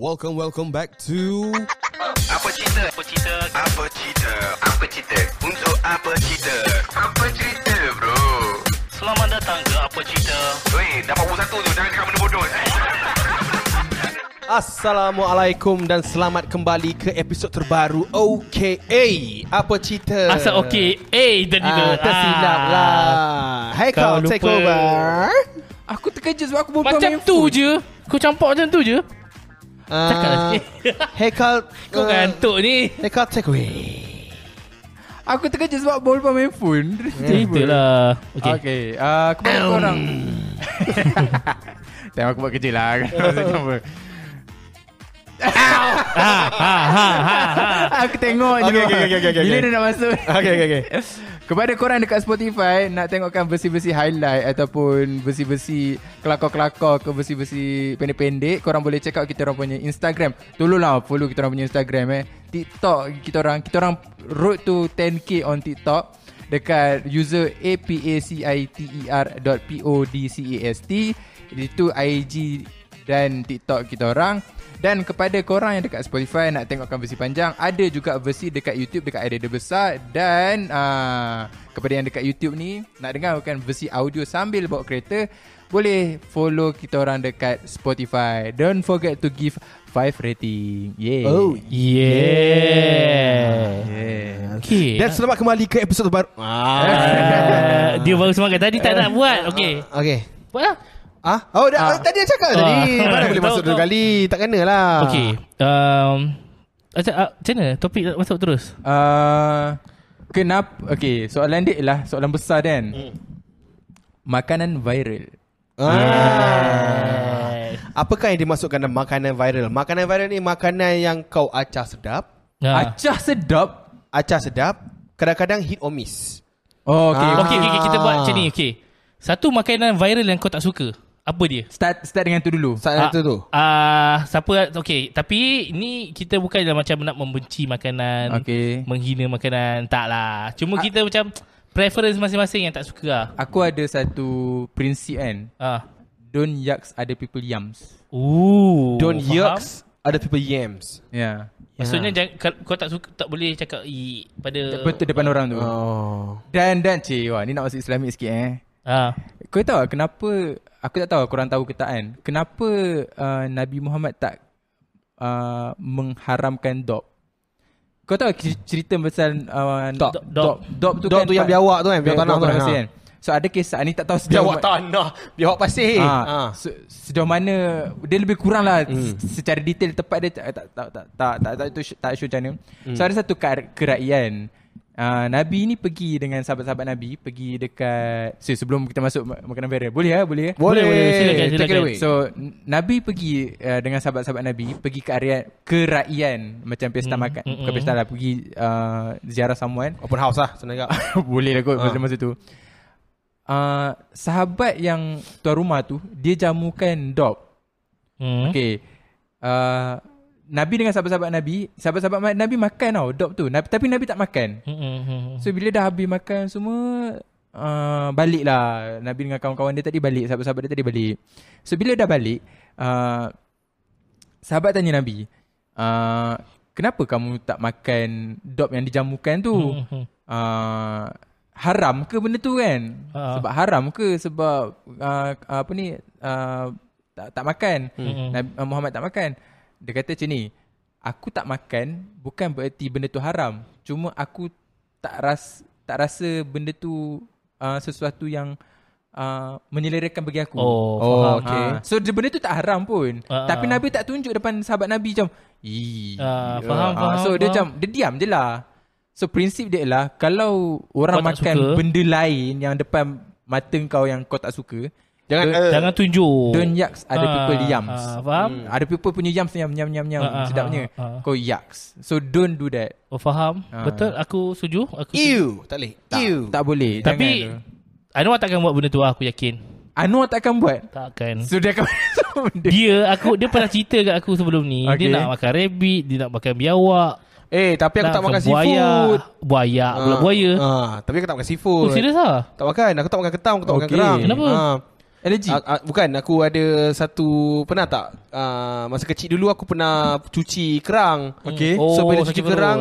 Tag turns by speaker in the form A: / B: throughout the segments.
A: Welcome, welcome back to
B: Apa cerita? Apa cerita? Apa cerita? Apa cerita? Untuk apa cerita? Apa cerita bro?
C: Selamat datang ke Apa Cerita
A: Eh.
B: Weh, dapat pukul satu tu. Jangan cakap benda bodoh. Eh.
A: Assalamualaikum dan selamat kembali ke episod terbaru OKA. Apa cerita?
C: Asal okey Eh tadi tu
A: Ah, tersilap lah. Hai kau,
C: Kau
A: take
C: lupa.
A: over.
D: Aku terkejut sebab aku belum
C: Macam tu je Kau campak macam tu je Cakap lah sikit.
A: Ah. Hey Carl
C: Kau
A: uh,
C: ngantuk ni
A: Hey Carl take away
D: Aku terkejut sebab baru lupa main phone
C: Cerita lah
D: Okay,
A: Ah.
C: Okay
D: okay. Uh, Kepada korang Tengok aku buat kerja lah Aku tengok
A: Okay,
D: je
A: okay, okay, okay, okay.
D: Bila dia nak masuk
A: Okay okay okay
D: Kepada korang dekat Spotify Nak tengokkan versi-versi highlight Ataupun versi-versi Kelakor-kelakor ke versi-versi pendek-pendek Korang boleh check out kita orang punya Instagram Tolonglah follow kita orang punya Instagram eh TikTok kita orang Kita orang road to 10k on TikTok Dekat user apaciter E dot podcast Itu IG dan TikTok kita orang dan kepada korang yang dekat Spotify nak tengokkan versi panjang ada juga versi dekat YouTube dekat Idea Besar dan uh, kepada yang dekat YouTube ni nak dengarkan versi audio sambil bawa kereta boleh follow kita orang dekat Spotify don't forget to give 5 rating yeah
A: Oh
C: Yeah
D: yeah
C: Okay
A: Dan selamat kembali ke episod terbaru
C: Ah, Dia baru semangat Tadi tak
A: Eh.
C: nak buat Okay
A: Okay
C: Buat lah
A: Ah, oh dah
C: Ah.
A: tadi dia cakap
C: Ah.
A: tadi. Mana boleh
C: Tahu,
A: masuk dua
C: tahu.
A: kali? Tak lah. kenalah.
C: Okay
A: Ah.
C: um, Macam ah, macam mana Topik masuk terus
D: uh, kenapa okay soalan dia lah soalan besar kan makanan viral
A: Ah. Apakah yang dimasukkan dalam makanan viral? Makanan viral ni makanan yang kau acah sedap,
C: Ah.
D: acah sedap
A: acah sedap, kadang-kadang hit or miss.
D: oh, okay
A: Ah.
C: Okay, okay, okay, kita buat macam ni. Okay. Satu makanan viral yang kau tak suka. Apa dia?
D: start start dengan tu dulu
A: Saat itu tu.
C: Ah, ah, siapa okay, tapi ni kita bukan dalam macam nak membenci makanan,
D: Okay.
C: menghina makanan, tak lah. Cuma kita
D: Ah.
C: macam preference masing-masing yang tak suka lah.
D: Aku ada satu prinsip kan
C: Ah.
D: Don't yucks other people yums
C: Ooh.
A: Don't
C: faham?
A: yucks, other people yams.
D: Ya
C: Maksudnya jangan, kau- kau tak suka tak boleh cakap i
D: yeah.
C: pada
D: Betul depan orang tu
A: Oh.
D: Dan dan cik Wah ni nak masuk Islamik sikit eh
C: Ah.
D: Kau tahu tak kenapa Aku tak tahu korang tahu ke tak kan Kenapa uh, Nabi Muhammad tak uh, Mengharamkan dob Kau tahu c- cerita pasal uh,
A: Dob.
D: Dob
C: Dob.
D: Dob, dob tu
A: Dob
D: kan
A: tu yang
D: part-
A: biawak tu kan, biawak tanah tu
D: biawak
A: kan,
D: pasir
A: ha.
D: So ada kisah ni tak tahu sejauh
A: Biawak
C: lah.
A: tanah, biawak pasir.
D: Ah,
A: Ah.
D: se- sejauh mana dia lebih kurang lah hmm. secara detail tempat dia tak tak tak tak tak tak, tak, tak, tak show macam mana.
A: Hmm.
D: So ada satu kar- keraian Uh, Nabi ni pergi dengan sahabat-sahabat Nabi pergi dekat so, sebelum kita masuk mak- makanan viral. Boleh ya? Boleh ya?
A: Boleh,
C: Boleh, boleh. Silakan,
A: Take
C: silakan.
A: it away. So,
D: So n- Nabi pergi uh, dengan sahabat-sahabat Nabi pergi ke area keraian macam pesta
A: Hmm.
C: Mm,
D: makan
C: mm,
D: bukan
C: mm.
D: pesta lah pergi uh, ziarah someone
A: open house lah, senang cakap.
D: boleh lah kot
A: Ah.
D: masa, masa tu uh, Sahabat yang tuan rumah tu Dia jamukan dog
C: Hmm.
D: Okay uh, Nabi dengan sahabat-sahabat Nabi Sahabat-sahabat ma- Nabi makan tau dog tu Nabi, Tapi Nabi tak makan
C: Hmm, hmm, hmm, hmm.
D: So bila dah habis makan semua uh, Balik lah Nabi dengan kawan-kawan dia tadi balik Sahabat-sahabat dia tadi balik So bila dah balik uh, Sahabat tanya Nabi uh, Kenapa kamu tak makan dog yang dijamukan tu
C: Hmm, hmm.
D: uh, haram ke benda tu kan?
C: Ha.
D: Sebab haram ke sebab uh, apa ni uh, tak tak makan.
C: Hmm.
D: Nabi uh, Muhammad tak makan. Dia kata macam ni, aku tak makan bukan bererti benda tu haram. Cuma aku tak ras tak rasa benda tu uh, sesuatu yang uh, menyelerakan bagi aku.
C: Oh, faham.
D: okay. Ha. So dia- benda tu tak haram pun.
C: Ah,
D: Tapi
C: ah.
D: Nabi tak tunjuk depan sahabat Nabi macam, "Ih."
C: Ah,
D: ya."
C: faham,
D: Ah,
C: faham,
D: So dia
C: faham.
D: macam dia diam je lah. So prinsip dia lah kalau
C: Kau
D: orang
C: tak
D: makan
C: suka.
D: benda lain yang depan mata kau yang kau tak suka,
A: Jangan
D: Don't-
A: eh,
C: Jangan tunjuk.
D: don't yucks other people yams.
C: Ah, Oh. faham?
D: Hmm. Ada people punya yams yang nyam nyam nyam
C: Ah, ah,
D: sedapnya.
C: ah, ah.
D: Kau yucks. So don't do that.
C: Oh faham
D: Ah.
C: Betul aku setuju Aku setuju.
A: eh, Ew, tak boleh.
D: Tak,
A: Ew.
D: tak boleh.
C: Tapi
D: Jangan.
C: Anwar takkan buat benda tu lah, Aku yakin
D: Anwar tak akan buat.
C: Takkan
D: So dia akan benda.
C: Dia aku Dia pernah cerita kat aku sebelum ni okay.
D: Okay.
C: Dia nak makan rabbit Dia nak makan biawak
A: Eh, tapi aku
C: nak
A: tak makan
C: buaya,
A: seafood.
C: Buaya
A: Ah,
C: Pula buaya
A: Ah, tapi aku tak makan
C: Oh
A: seafood.
C: serius lah
A: Tak makan, aku tak makan ketam, aku tak makan
D: Okay.
A: kerang.
C: Kenapa?
A: Ah.
D: Allergy?
A: Ah, ah, bukan, aku ada satu pernah tak? Ah, masa kecil dulu aku pernah cuci kerang.
D: Okey.
A: So
C: Oh,
A: bila cuci
C: sakit perut.
A: kerang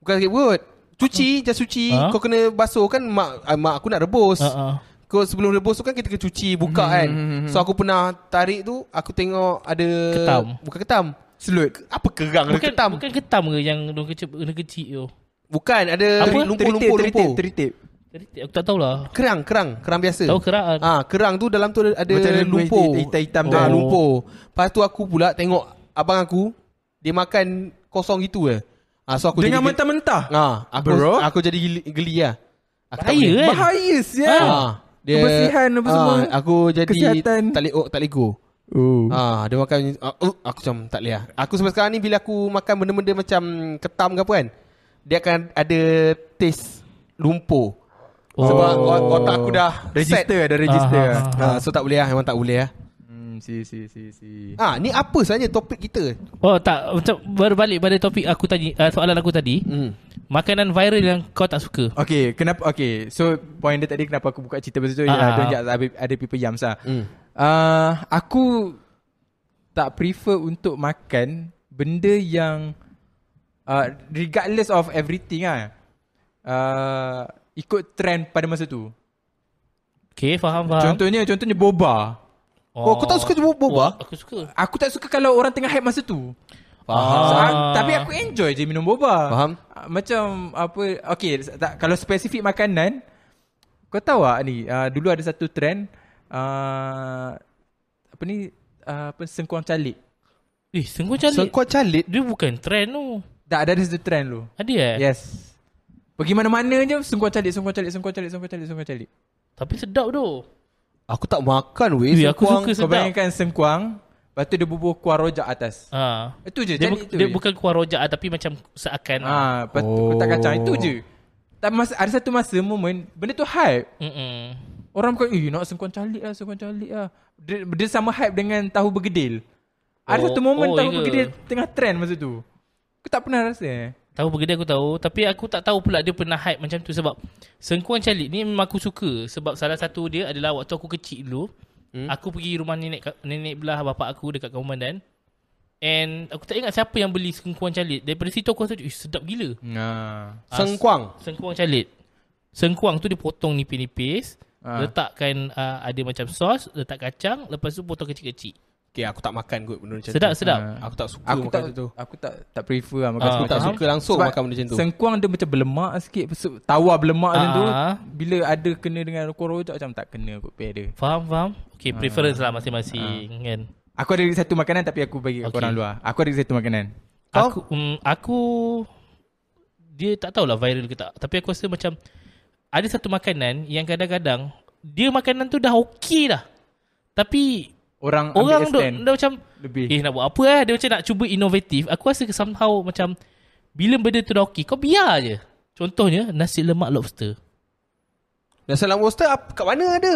A: bukan sakit perut. Cuci, just cuci.
C: Ha?
A: Kau kena basuh kan mak ah, mak aku nak rebus.
C: Ha, Hmm, ha.
A: Kau sebelum rebus tu kan kita kena cuci, buka kan. So aku pernah tarik tu, aku tengok ada
C: Ketam.
A: bukan ketam.
D: Selut.
A: Apa kerang bukan,
C: Bukan
A: ketam? Bukan,
C: bukan ketam ke yang dulu kecil dulu kecil tu.
A: bukan ada
C: Apa?
A: lumpur-lumpur lumpur.
D: Teritip.
C: Tadi aku tak tahulah.
A: Kerang, kerang, kerang biasa.
C: Tahu kerak kan?
A: Ah, kerang tu dalam tu ada ada
D: Macam ada
A: lumpur.
D: hitam-hitam tu.
A: Ah,
C: Oh.
A: lumpur. Lepas tu aku pula tengok abang aku dia makan kosong gitu eh. Ah, so aku
E: Dengan
A: jadi
E: mentah-mentah.
A: Ah, aku
E: Bro.
A: aku jadi geli, geli lah. Aku tak
C: Bahaya
A: boleh.
C: kan?
D: Bahaya eh? sial.
A: Ah, dia Ah,
D: Kebersihan apa semua.
A: Aku jadi
D: Kesihatan.
A: tak lego, tak lego.
D: Oh.
A: Ah, dia makan ah, uh, aku macam tak boleh lah. Aku sampai sekarang ni bila aku makan benda-benda macam ketam ke apa kan, dia akan ada taste lumpur. Oh. Sebab ot- otak aku dah
D: Register
A: set.
D: ada register.
A: Ah,
C: Ah,
D: ah.
A: so tak boleh lah, memang tak boleh lah.
D: Hmm, si si si si.
A: Ah, ni apa sebenarnya topik kita?
C: Oh tak macam berbalik pada topik aku tadi uh, soalan aku tadi.
A: Hmm.
C: Makanan viral yang kau tak suka.
D: Okay, kenapa okay. So point dia tadi kenapa aku buka cerita pasal tu
C: Ah.
D: ialah dia ada ada people yams lah.
A: Hmm.
D: Uh, aku tak prefer untuk makan benda yang uh, regardless of everything ah. Uh, ikut trend pada masa tu.
C: Okey, faham faham.
D: Contohnya contohnya boba.
A: Oh, kau tak suka tu boba?
C: Aku suka.
D: Aku tak suka kalau orang tengah hype masa tu. So,
A: Faham.
D: ah. Tapi aku enjoy je minum boba.
A: Faham.
D: Ah, Macam apa okay tak, kalau spesifik makanan kau tahu tak ni uh, dulu ada satu trend uh, apa ni uh, apa sengkuang calik.
C: Eh, sengkau calik.
A: So, kau calit.
C: Dia bukan trend tu.
D: Tak ada ada satu trend dulu.
C: Ada eh? Yeah.
D: Yes. Pergi mana-mana je sengkuang calik, sengkuang calik, sengkuang calik, sengkuang calik, sengkuang calik.
C: Tapi sedap tu.
A: Aku tak makan weh.
C: Weh, aku
A: sengkuang.
C: suka
D: Kau
C: sedap.
D: bayangkan sengkuang, lepas tu dia bubur kuah rojak atas.
C: Ha.
D: Itu je,
C: Dia,
D: jadi
C: bu-
D: itu
C: dia
D: je.
C: bukan kuah rojak ah, tapi macam seakan. Ha.
D: Ah, lepas tu oh. tak kacang itu je. Tak masa, ada satu masa momen benda tu hype.
C: Mm-mm.
D: Orang bukan eh nak sengkuang calik lah, sengkuang calik lah. Dia, dia sama hype dengan tahu bergedil. Ada
C: Oh,
D: satu momen
C: oh, ya
D: tahu
C: ke?
D: bergedil tengah trend masa tu. Aku tak pernah rasa eh.
C: Tahu bergedai aku tahu Tapi aku tak tahu pula Dia pernah hype macam tu Sebab Sengkuang calik ni Memang aku suka Sebab salah satu dia Adalah waktu aku kecil dulu hmm? Aku pergi rumah nenek Nenek belah bapak aku Dekat Kaumandan And Aku tak ingat siapa yang beli Sengkuang calik Daripada situ aku rasa "Ih, Sedap gila
D: Nah.
A: Sengkuang.
C: Sengkuang calit Sengkuang tu dia potong nipis-nipis
D: Ah.
C: Letakkan uh, Ada macam sos Letak kacang Lepas tu potong kecil-kecil
A: Okay, aku tak makan kot benda macam tu.
C: Sedap
A: Ha.
C: sedap
A: Aku tak suka
D: Aku
A: makan
D: tak
A: tu tu.
D: aku tak tak prefer lah
C: Ah,
D: makan
A: Aku
D: sengkuang
A: tak
C: faham.
A: suka langsung makan benda macam tu.
D: Sengkuang dia macam berlemak sikit so, Tawar berlemak macam tu
C: Ah.
D: Bila ada kena dengan kuah rojak Macam tak kena kot pay dia
C: Faham faham Okay
D: Ah.
C: preference lah masing-masing kan
D: Aku ada satu makanan Tapi aku bagi kat
C: Okay.
D: korang luar Aku ada satu makanan
A: Kau?
C: Aku um, Aku Dia tak tahulah viral ke tak Tapi aku rasa macam Ada satu makanan Yang kadang-kadang Dia makanan tu dah okey dah Tapi
D: Orang,
C: Orang
D: ambil
C: duk,
D: stand
C: dah macam
D: Lebih
C: Eh nak buat apa eh Dia macam nak cuba inovatif Aku rasa somehow macam Bila benda tu dah okey Kau biar je Contohnya Nasi lemak lobster
A: Dan salam roster ap- kat mana ada?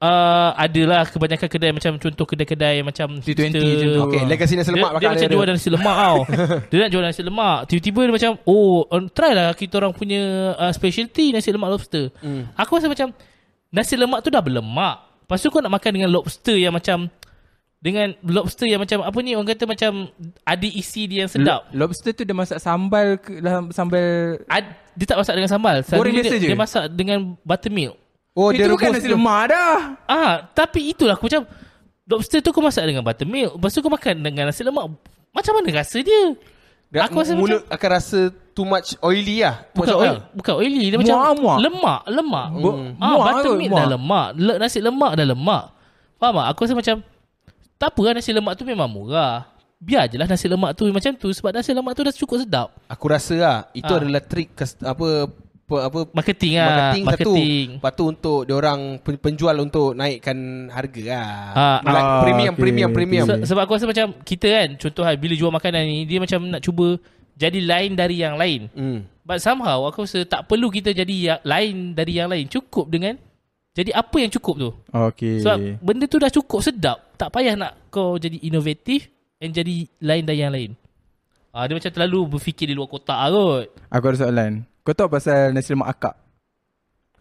C: Uh, adalah kebanyakan kedai macam contoh kedai-kedai macam
D: T20
C: Hipster.
D: je tu.
A: Okay, Eh, legacy nasi lemak
C: Ah. dia,
A: bakal
C: dia macam
A: ada.
C: jual nasi lemak tau. dia nak jual nasi lemak. Tiba-tiba dia macam, oh, um, try lah kita orang punya uh, specialty nasi lemak lobster. Hmm. Aku rasa macam, nasi lemak tu dah berlemak. Lepas tu kau nak makan dengan lobster yang macam, dengan lobster yang macam, apa ni orang kata macam, ada isi dia yang sedap.
D: Lo- Lobster tu dia masak sambal ke, lah, Sambal
C: Ad, dia tak masak dengan sambal.
D: Goreng
C: Selalunya
D: biasa
C: dia,
D: je?
C: dia masak dengan buttermilk.
A: Oh,
D: Itu Eh, bukan nasi lemak dah
C: Ah, tapi itulah aku macam lobster tu kau masak dengan buttermilk, lepas tu kau makan dengan nasi lemak. Macam mana rasa dia?
A: Dia,
C: aku rasa
A: mulut
C: macam
A: akan rasa too much oily lah. Too
C: bukan
A: much
C: oil, bukan oily, dia macam
D: Muak-muak.
C: lemak, lemak.
D: Bu-
C: Ah,
D: muak
C: buttermilk
D: kot,
C: dah
D: muak.
C: lemak, le- nasi lemak dah lemak. Faham tak? Aku rasa macam tak apa lah nasi lemak tu memang murah. Biar je lah nasi lemak tu macam tu sebab nasi lemak tu dah cukup sedap.
A: Aku rasa lah Itu
C: Ah.
A: adalah trik kas, apa, apa apa
C: Marketing lah,
A: marketing,
C: marketing.
A: satu. Lepas tu untuk diorang pen- penjual untuk naikkan harga lah.
C: Ah,
A: Like
D: ah,
A: premium,
D: okay,
A: premium, premium,
C: Se- sebab aku rasa macam kita kan contoh lah, bila jual makanan ni dia macam nak cuba jadi lain dari yang lain.
A: Hmm.
C: But somehow aku rasa tak perlu kita jadi yang lain dari yang lain. Cukup dengan jadi apa yang cukup tu.
D: Okay
C: Sebab benda tu dah cukup sedap. Tak payah nak kau jadi inovatif and jadi lain dari yang lain. Ah dia macam terlalu berfikir di luar kotak lah kot.
D: Aku ada soalan Kau tahu pasal nasi lemak akak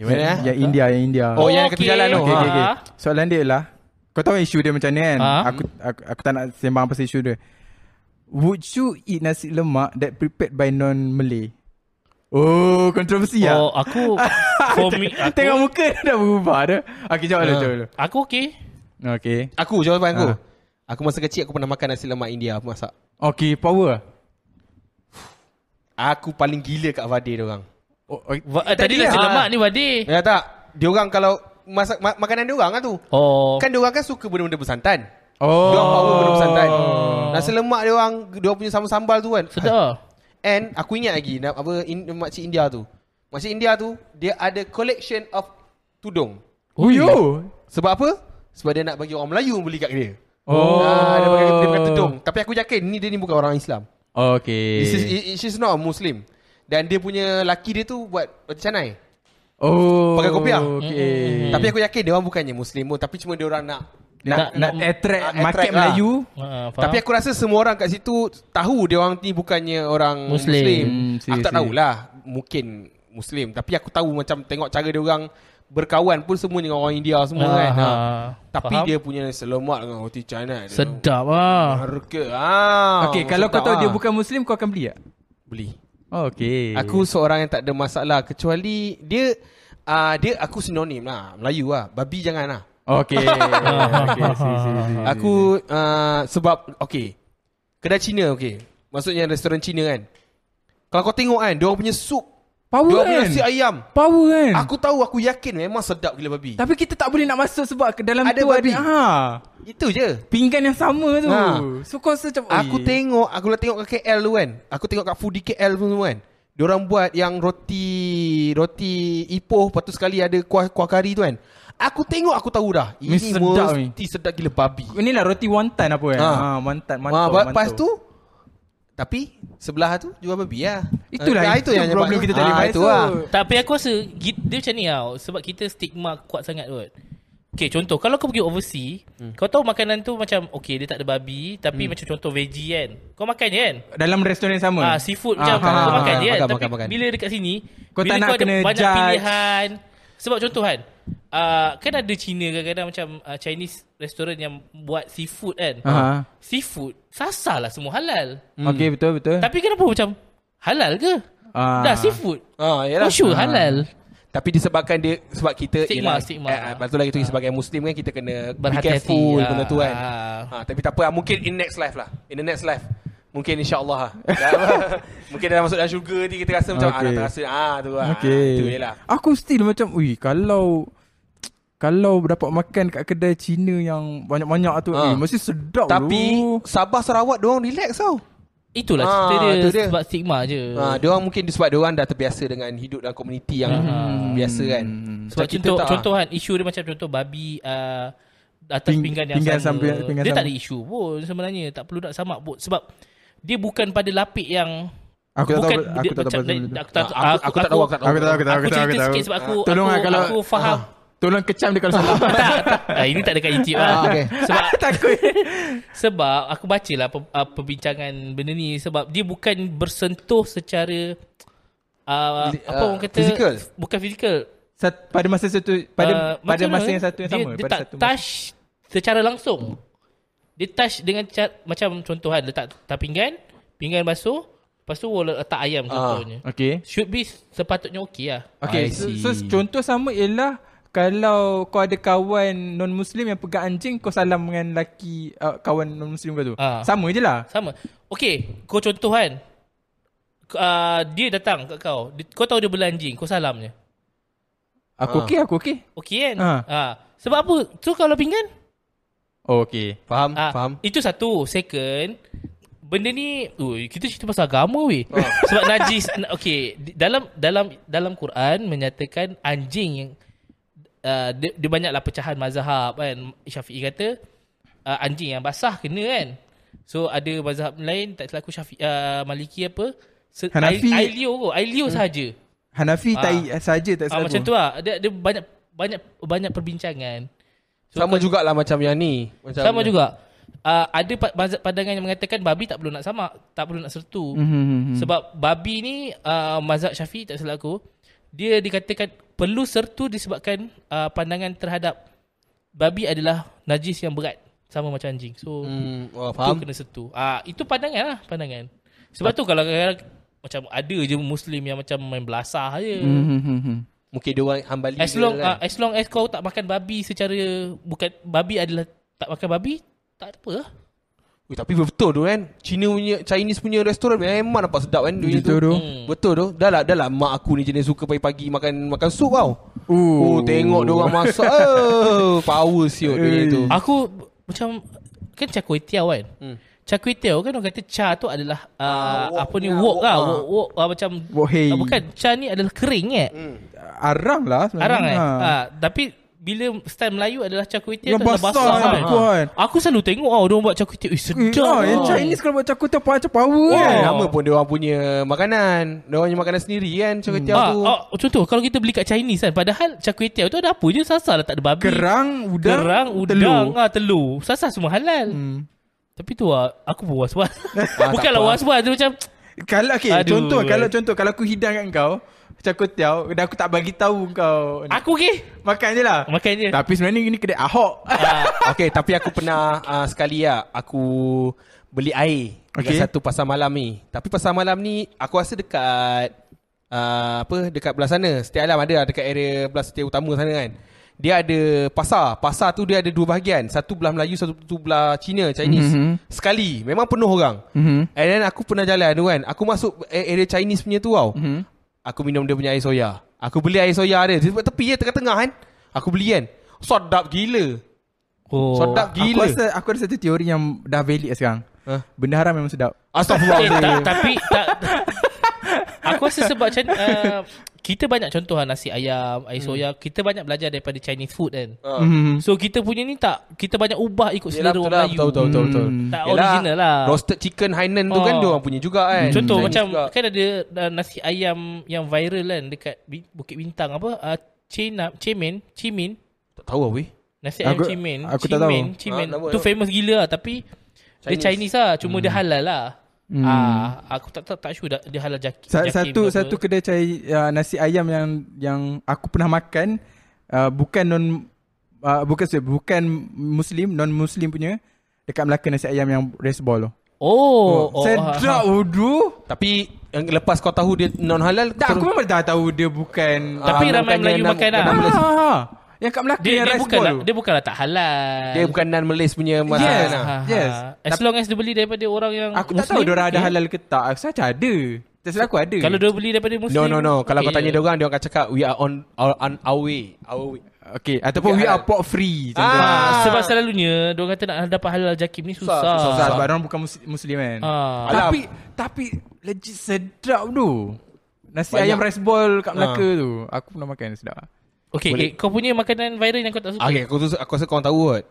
A: Yang mana eh?
D: Yang Ya, India, yang India.
A: Oh, yang dekat tepi jalan tu.
D: Okay, okay, okay.
C: Ah.
D: Soalan dia lah. Kau tahu isu dia macam ni kan?
C: Ah.
D: Aku, aku aku tak nak sembang pasal isu dia. Would you eat nasi lemak that prepared by non-Malay? Oh, kontroversi lah.
C: Oh, aku for me aku,
D: Tengok muka dia dah berubah dah. Okay, jawab dulu,
A: Ah.
D: jawab dulu.
C: aku okey.
D: Okay.
A: Aku jawapan aku.
D: Ah.
A: Aku masa kecil aku pernah makan nasi lemak India aku masak.
D: Okay, power.
A: Aku paling gila kat Vadir dia orang.
D: Oh, okay.
C: Va- eh, tadi nasi
A: lah.
C: lemak ni Wadi.
A: Ya tak? Dia orang kalau masak ma- makanan dia orang kan tu.
C: Oh.
A: Kan dia orang kan suka benda-benda bersantan.
D: Oh.
A: Dia orang power benda bersantan. Nasi lemak dia orang dia orang punya sambal-sambal tu kan.
C: Sedap.
A: And aku ingat lagi nak apa in, makcik India tu. Makcik India tu dia ada collection of tudung.
D: Oh, yo.
A: Sebab apa? Sebab dia nak bagi orang Melayu beli kat dia.
D: Oh.
A: Ah, dia pakai dia pakai tudung. Tapi aku yakin ni dia ni bukan orang Islam.
D: Okay.
A: This is,
C: Eh.
A: i- she's not a Muslim. Dan dia punya laki dia tu buat roti canai.
D: oh.
A: pakai kopiah.
C: Hmm.
D: Okay.
A: Tapi aku yakin dia orang bukannya Muslim pun. Tapi cuma dia orang nak.
D: Nak, nak attract
A: Ah, attract
D: market
A: lah.
D: Melayu.
C: Ha, faham?
A: Tapi aku rasa semua orang kat situ tahu dia orang ni bukannya orang
C: Muslim.
A: Muslim.
D: Hmm, see,
A: aku tak
D: see.
A: tahulah. Mungkin Muslim. Tapi aku tahu macam tengok cara dia orang berkawan pun semua dengan orang India semua
C: Ah,
A: kan. Ha.
C: ah.
A: Tapi
C: Faham?
A: dia punya selamat dengan roti canai. dia.
C: sedap ah.
A: Harga. Ah,
D: Okay, kalau kau
A: sedap
D: tahu
A: ah.
D: dia bukan Muslim, kau akan beli tak?
A: Beli.
D: Okay.
A: Aku seorang yang tak ada masalah kecuali dia uh, dia aku sinonim lah Melayu lah babi jangan lah
D: Okay.
C: Ah,
D: okay. See, see, see.
A: aku uh, sebab okay kedai Cina okay maksudnya restoran Cina kan kalau kau tengok kan dia orang punya sup dia
D: power
A: orang punya
D: kan?
A: nasi ayam
D: Power kan?
A: aku tahu aku yakin memang sedap gila babi
D: Tapi kita tak boleh nak masuk sebab ke dalam
A: Ada
D: tu
A: babi.
D: ada ha,
A: itu je
D: pinggan yang sama tu.
A: Ha.
D: So kau rasa macam
A: aku
D: "Oi."
A: tengok aku dah tengok kat KL tu kan aku tengok kat foodie KL pun tu kan dia orang buat yang roti roti ipoh lepas tu sekali ada kuah kuah kari tu kan aku tengok aku tahu dah ini
D: Ni sedap ni.
A: mesti sedap gila babi
D: Inilah roti wontan apa kan? Ha,
A: Ha.
D: wontan mantap.
A: Ha, lepas tu tapi sebelah tu jual babi lah. Ah,
D: Itulah, itu
A: nampak.
D: problem kita tak boleh
A: Ah,
D: masuk.
A: itu lah.
C: Tapi aku rasa gi- dia macam ni tau sebab kita stigma kuat sangat kot. Okay contoh kalau kau pergi overseas hmm. kau tahu makanan tu macam okay dia tak ada babi tapi hmm. macam contoh veggie kan. Kau makan je kan?
D: dalam restoran yang sama.
C: Ah seafood macam
D: Ah,
C: kau
A: ah,
C: makan je
D: ah,
C: kan.
A: makan,
C: Tapi
A: makan, makan.
C: bila dekat sini
D: Kau
C: bila
D: tak nak
C: ada
D: kena
C: banyak
D: judge.
C: pilihan. Sebab contoh kan uh, kan ada Cina kadang-kadang macam uh, Chinese restoran yang buat seafood kan.
D: Aha.
C: Seafood sasarlah semua halal.
D: Okay, betul betul.
C: Tapi kenapa macam halal ke?
D: Ah.
C: Dah seafood.
A: Ah, yalah.
C: Oh sure
A: Ah.
C: halal.
A: Tapi disebabkan dia sebab kita
C: Stigma,
A: ialah-
C: stigma.
A: Eh, eh, lepas tu lagi tu sebagai muslim kan kita kena be
C: Berhati-hati,
A: careful
C: ah.
A: benda tu kan.
C: Ah.
A: Ah, tapi tak apa lah. mungkin in next life lah. In the next life. Mungkin insya-Allah lah. mungkin dah masuk dalam syurga nanti kita rasa macam ah
D: Okay.
A: dah terasa ah tu lah.
D: okay.
A: Ah, tu je lah.
D: Aku still macam, ui kalau kalau dapat makan kat kedai Cina yang banyak-banyak tu,
A: Ah.
D: eh, mesti sedap
A: Tapi
D: dulu.
A: Sabah Sarawak dia orang relax tau.
C: Itulah
A: Ah,
C: cerita dia,
A: tu dia.
C: sebab stigma je.
A: Ha, dia orang mungkin sebab dia orang dah terbiasa dengan hidup dalam komuniti yang biasa kan.
C: Hmm. sebab
A: Macam kita
C: contoh
A: tak, ah.
C: contoh kan isu dia macam contoh babi uh, atas
D: Ping-
C: pinggan yang
D: pinggan
C: sama.
D: sampai- pinggan
C: dia tak
D: sama.
C: ada isu pun sebenarnya tak perlu nak samak pun sebab dia bukan pada lapik yang
D: Aku tak tahu,
C: bukan
D: aku
C: dia
D: tak tahu
C: macam-
D: pasal
C: dia-
D: benda tu.
C: aku tak
A: Ah, aku- aku tak tahu, aku tak
D: Aku tahu, aku tahu,
C: Aku
D: aku tahu.
C: cerita
D: tahu.
C: sikit sebab aku-
D: Tolong
C: aku-
D: ah, kalau
C: aku faham.
D: Ah, Tolong kecam dia kalau salah.
C: tak, tak. Ah, ini tak dekat YouTube
A: Ah,
C: lah.
A: okey.
C: Sebab
D: Takut.
C: sebab aku baca lah pe, uh, perbincangan benda ni sebab dia bukan bersentuh secara uh,
A: Li-
C: apa
A: ah,
C: orang kata
A: physical.
C: bukan physical
D: Sat, pada masa satu pada
C: Eh,
D: uh, pada
C: macam
D: masa
C: mana?
D: yang satu yang
C: dia,
D: sama
C: Dia
D: pada
C: tak
D: satu masa.
C: touch secara langsung. Dia touch dengan ca- macam contohan letak tak pinggan, pinggan basuh, lepas tu orang letak ayam
D: Ah.
C: contohnya.
D: Okey.
C: Should be sepatutnya okey lah.
D: Okey.
A: I
D: So,
A: see.
D: so contoh sama ialah kalau kau ada kawan non muslim yang pegang anjing kau salam dengan laki uh, kawan non muslim kau tu.
C: Ah.
D: Sama je lah.
C: Sama. Okey, kau contohan. Uh, dia datang kat kau. Dia, kau tahu dia bela anjing, kau salam je.
D: Aku
A: Ah.
D: okey, aku okey.
C: Okey kan?
D: Ah.
C: Ah. Sebab apa? Tu kalau pinggan,
D: Oh, okey.
A: Faham?
C: Ah,
A: Faham?
C: Itu satu. Second, benda ni, ui, kita cerita pasal agama weh. Sebab najis, na- okay, di- dalam dalam dalam Quran menyatakan anjing yang uh, dia, dia banyaklah pecahan mazhab kan. Syafi'i kata uh, anjing yang basah kena kan. So ada mazhab lain tak salah aku Syafi'i uh, Maliki apa? Se-
D: Hanafi.
C: Ai- Ailio kot. Ailio sahaja.
D: Hanafi
C: Ah.
D: tak saja tak
C: Ah,
D: salah.
C: macam tu lah. Dia, dia banyak banyak banyak perbincangan. So,
A: Sama jugalah macam yang ni. Macam
C: sama juga. Uh, ada pa- mazhab pandangan yang mengatakan babi tak perlu nak sama, tak perlu nak sertu. Mm-hmm. Sebab babi ni uh, mazhab Syafi'i tak salah aku, dia dikatakan perlu sertu disebabkan uh, pandangan terhadap babi adalah najis yang berat sama macam anjing. So
A: Hmm, oh, faham.
C: Faham? Tu kena setu. Ah itu pandangan lah, pandangan. Sebab tu kalau kadang-kadang macam ada je muslim yang macam main belasah je.
D: Hmm, hmm, hmm,
C: Mm-hmm.
D: hmm.
A: Mungkin dia orang hambali
C: As
A: dia
C: long
A: kan.
C: ah, as long as kau tak makan babi secara bukan babi adalah tak makan babi, tak ada apa lah.
A: Ui, tapi betul tu kan. Cina punya Chinese punya restoran memang nampak sedap kan dunia tu.
D: Gitu tu.
C: Hmm.
A: Betul tu. Dah lah, dah lah mak aku ni jenis suka pagi-pagi makan makan sup tau. Oh,
D: Ooh.
A: tengok dia orang masak. Oh, power siot dunia tu.
C: Aku b- macam kan char kway teow kan.
A: Hmm.
C: Hmm. Char kway teow kan orang kata char tu adalah
A: Ah, wok
C: uh, apa
A: punya,
C: ni wok
A: wok,
C: lah,
A: ah.
C: wok, wok ah, macam
D: Wok hei.
C: ah, bukan char ni adalah kering eh.
A: Hmm.
D: Arang lah sebenarnya.
C: Arang eh.
D: Ha.
C: Ha. tapi bila style Melayu adalah char kway teow
D: Yang
C: tu adalah
D: basah kan,
C: kan.
D: puan.
C: Aku selalu tengok ah orang buat char kway teow. Eh
D: Hmm,
C: sedap.
D: ah, yang
C: lah.
D: Chinese kalau buat cakut tu macam power
A: Kan,
C: Oh.
D: kan.
A: nama pun dia orang punya makanan. Dia orang punya makanan sendiri kan. Cakap hmm.
C: Ah,
A: aku.
C: ah, contoh kalau kita beli kat Chinese kan padahal char kway teow tu ada apa je sasar lah tak ada babi.
D: Kerang, udang,
C: Kerang,
D: telur.
C: udang, telur. Ah, telur. Sasar semua halal.
D: Hmm. Ah,
C: Tapi tu ah, aku pun was-was.
A: tak
C: Bukanlah
A: apa.
C: was-was tu macam
D: Kalau okay,
C: Aduh. eh.
D: contoh kalau contoh kalau aku hidang kat kau cakut tiaw dan aku tak bagi tahu kau.
C: aku ke?
D: Makan je lah.
C: Makan je.
D: Tapi sebenarnya ini kedai Ahok.
A: okay, Ah, tapi aku pernah uh, sekali lah. Aku beli air. Okay.
D: Okey.
A: Dekat satu pasar malam ni. Tapi pasar malam ni, aku rasa dekat... Uh, apa dekat belah sana Setiap alam ada lah, dekat area belah setiap utama sana kan dia ada pasar pasar tu dia ada dua bahagian satu belah Melayu satu tu belah Cina Chinese
D: Mhm.
A: mm-hmm. sekali memang penuh orang
D: Mhm.
A: and then aku pernah jalan tu kan aku masuk a- area Chinese punya tu tau
D: Mhm.
A: Aku minum dia punya air soya. Aku beli air soya dia. Dia tepi je tengah-tengah kan. Aku beli kan. Sedap gila.
C: Oh.
A: Sedap
D: Aku
A: gila.
D: rasa aku ada satu teori yang dah valid sekarang.
A: Huh?
D: Benda haram memang sedap.
C: Eh, tak,
A: Astagfirullahaladzim.
C: tapi tak. Aku rasa sebab macam uh, kita banyak contoh lah nasi ayam, air
A: Hmm.
C: soya. Kita banyak belajar daripada Chinese food kan.
A: Ah.
D: Mhm.
C: So kita punya ni tak kita banyak ubah ikut
A: Yelah,
C: selera
A: betul
C: orang
A: lah.
C: Melayu.
A: Betul, betul, betul, betul.
D: Hmm.
C: Tak
A: Yelah,
C: original lah.
A: Roasted chicken Hainan tu kan
C: Oh.
A: dia orang punya juga kan.
C: Contoh
A: Chinese
C: macam
A: juga.
C: kan ada uh, nasi ayam yang viral kan dekat Bi- Bukit Bintang apa uh, Cina, Cimin, Cimin.
A: tak tahu lah weh.
C: Nasi ayam
D: Aku-
C: cimin.
D: aku
C: cimin,
D: tak tahu.
C: Cimin.
A: Ah, nama
C: tu
A: dia.
C: famous gila lah tapi dia
A: Chinese.
C: Chinese lah cuma dia halal lah.
D: Hmm.
C: Ah, aku tak tak tak sure dah- dia halal jaki.
D: Sa-
C: jakim
D: satu
C: ke apa.
D: satu kedai cai uh, nasi ayam yang yang aku pernah makan uh, bukan non uh, bukan sorry, bukan muslim non muslim punya dekat Melaka nasi ayam yang race ball tu.
C: Oh, oh,
D: sedap wudu.
A: Tapi yang lepas kau tahu dia non halal.
D: Tak aku memang dah tahu dia bukan
C: Tapi
A: Ah,
C: ramai
A: bukannya
C: Melayu
A: enam-
C: makan lah.
A: enam belas-
D: ah, yang kat Melaka
C: Dia,
D: yang
C: dia
D: rice
C: bukanlah
D: ball. tu.
C: dia bukanlah tak halal.
A: Dia bukan non Malays punya
D: Yes.
A: makanan lah.
C: Ah,
D: Yes.
C: As long as dia beli daripada orang yang
D: aku tak
C: Muslim,
D: tahu dia orang ada
C: okay.
D: halal ke tak. Aku rasa macam ada. Tak silap aku ada.
C: Kalau dia beli daripada Muslim.
A: No, no, no. Kalau
C: okay
A: kau tanya
C: je.
A: dia orang, dia orang akan cakap we are on our, on our way. Our way.
D: Okay Ataupun
A: Dia
D: we are
A: halal.
D: pork free macam tu.
A: Ah,
C: Ah, sebab selalunya dia orang kata nak dapat halal jakim ni susah.
A: Susah,
D: Sebab,
A: susah.
D: Ah, sebab orang bukan mus- muslim kan.
C: Ah.
D: Tapi tapi legit sedap tu. Nasi
A: Banyak.
D: ayam rice ball
A: Ah.
D: kat Melaka tu. Aku pernah makan sedap.
C: Okay,
A: Boleh.
C: eh, kau punya makanan viral yang kau tak suka.
A: Okay, aku, tu- aku rasa korang tahu kot.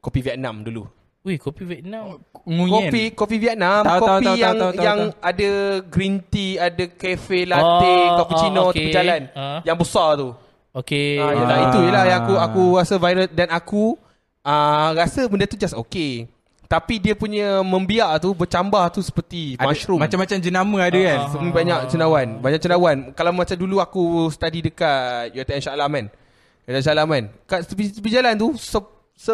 A: Kopi Vietnam dulu.
C: Weh, kopi Vietnam.
D: Nguyen.
A: Kopi kopi Vietnam,
D: Tahu, tahu,
A: kopi
D: tahu, tahu,
A: yang
D: tahu, tahu,
A: yang
D: tahu.
A: ada green tea, ada cafe latte,
C: Oh,
A: cappuccino
C: oh,
A: tepi
C: okey.
A: jalan.
C: Ah.
A: Yang besar tu.
C: Okay.
A: Ah, yelah,
D: Ah.
A: itu jelah yang aku aku rasa viral dan aku ah, rasa benda tu just okay. Tapi dia punya membiak tu, bercambah tu seperti
D: Ada-
A: mushroom.
D: Macam-macam jenama ada kan.
A: So, banyak cendawan, banyak cendawan. Kalau macam dulu aku study dekat UiTM Shah Alam kan. UiTM Shah Alam kan. Kat tepi, tepi jalan tu, se,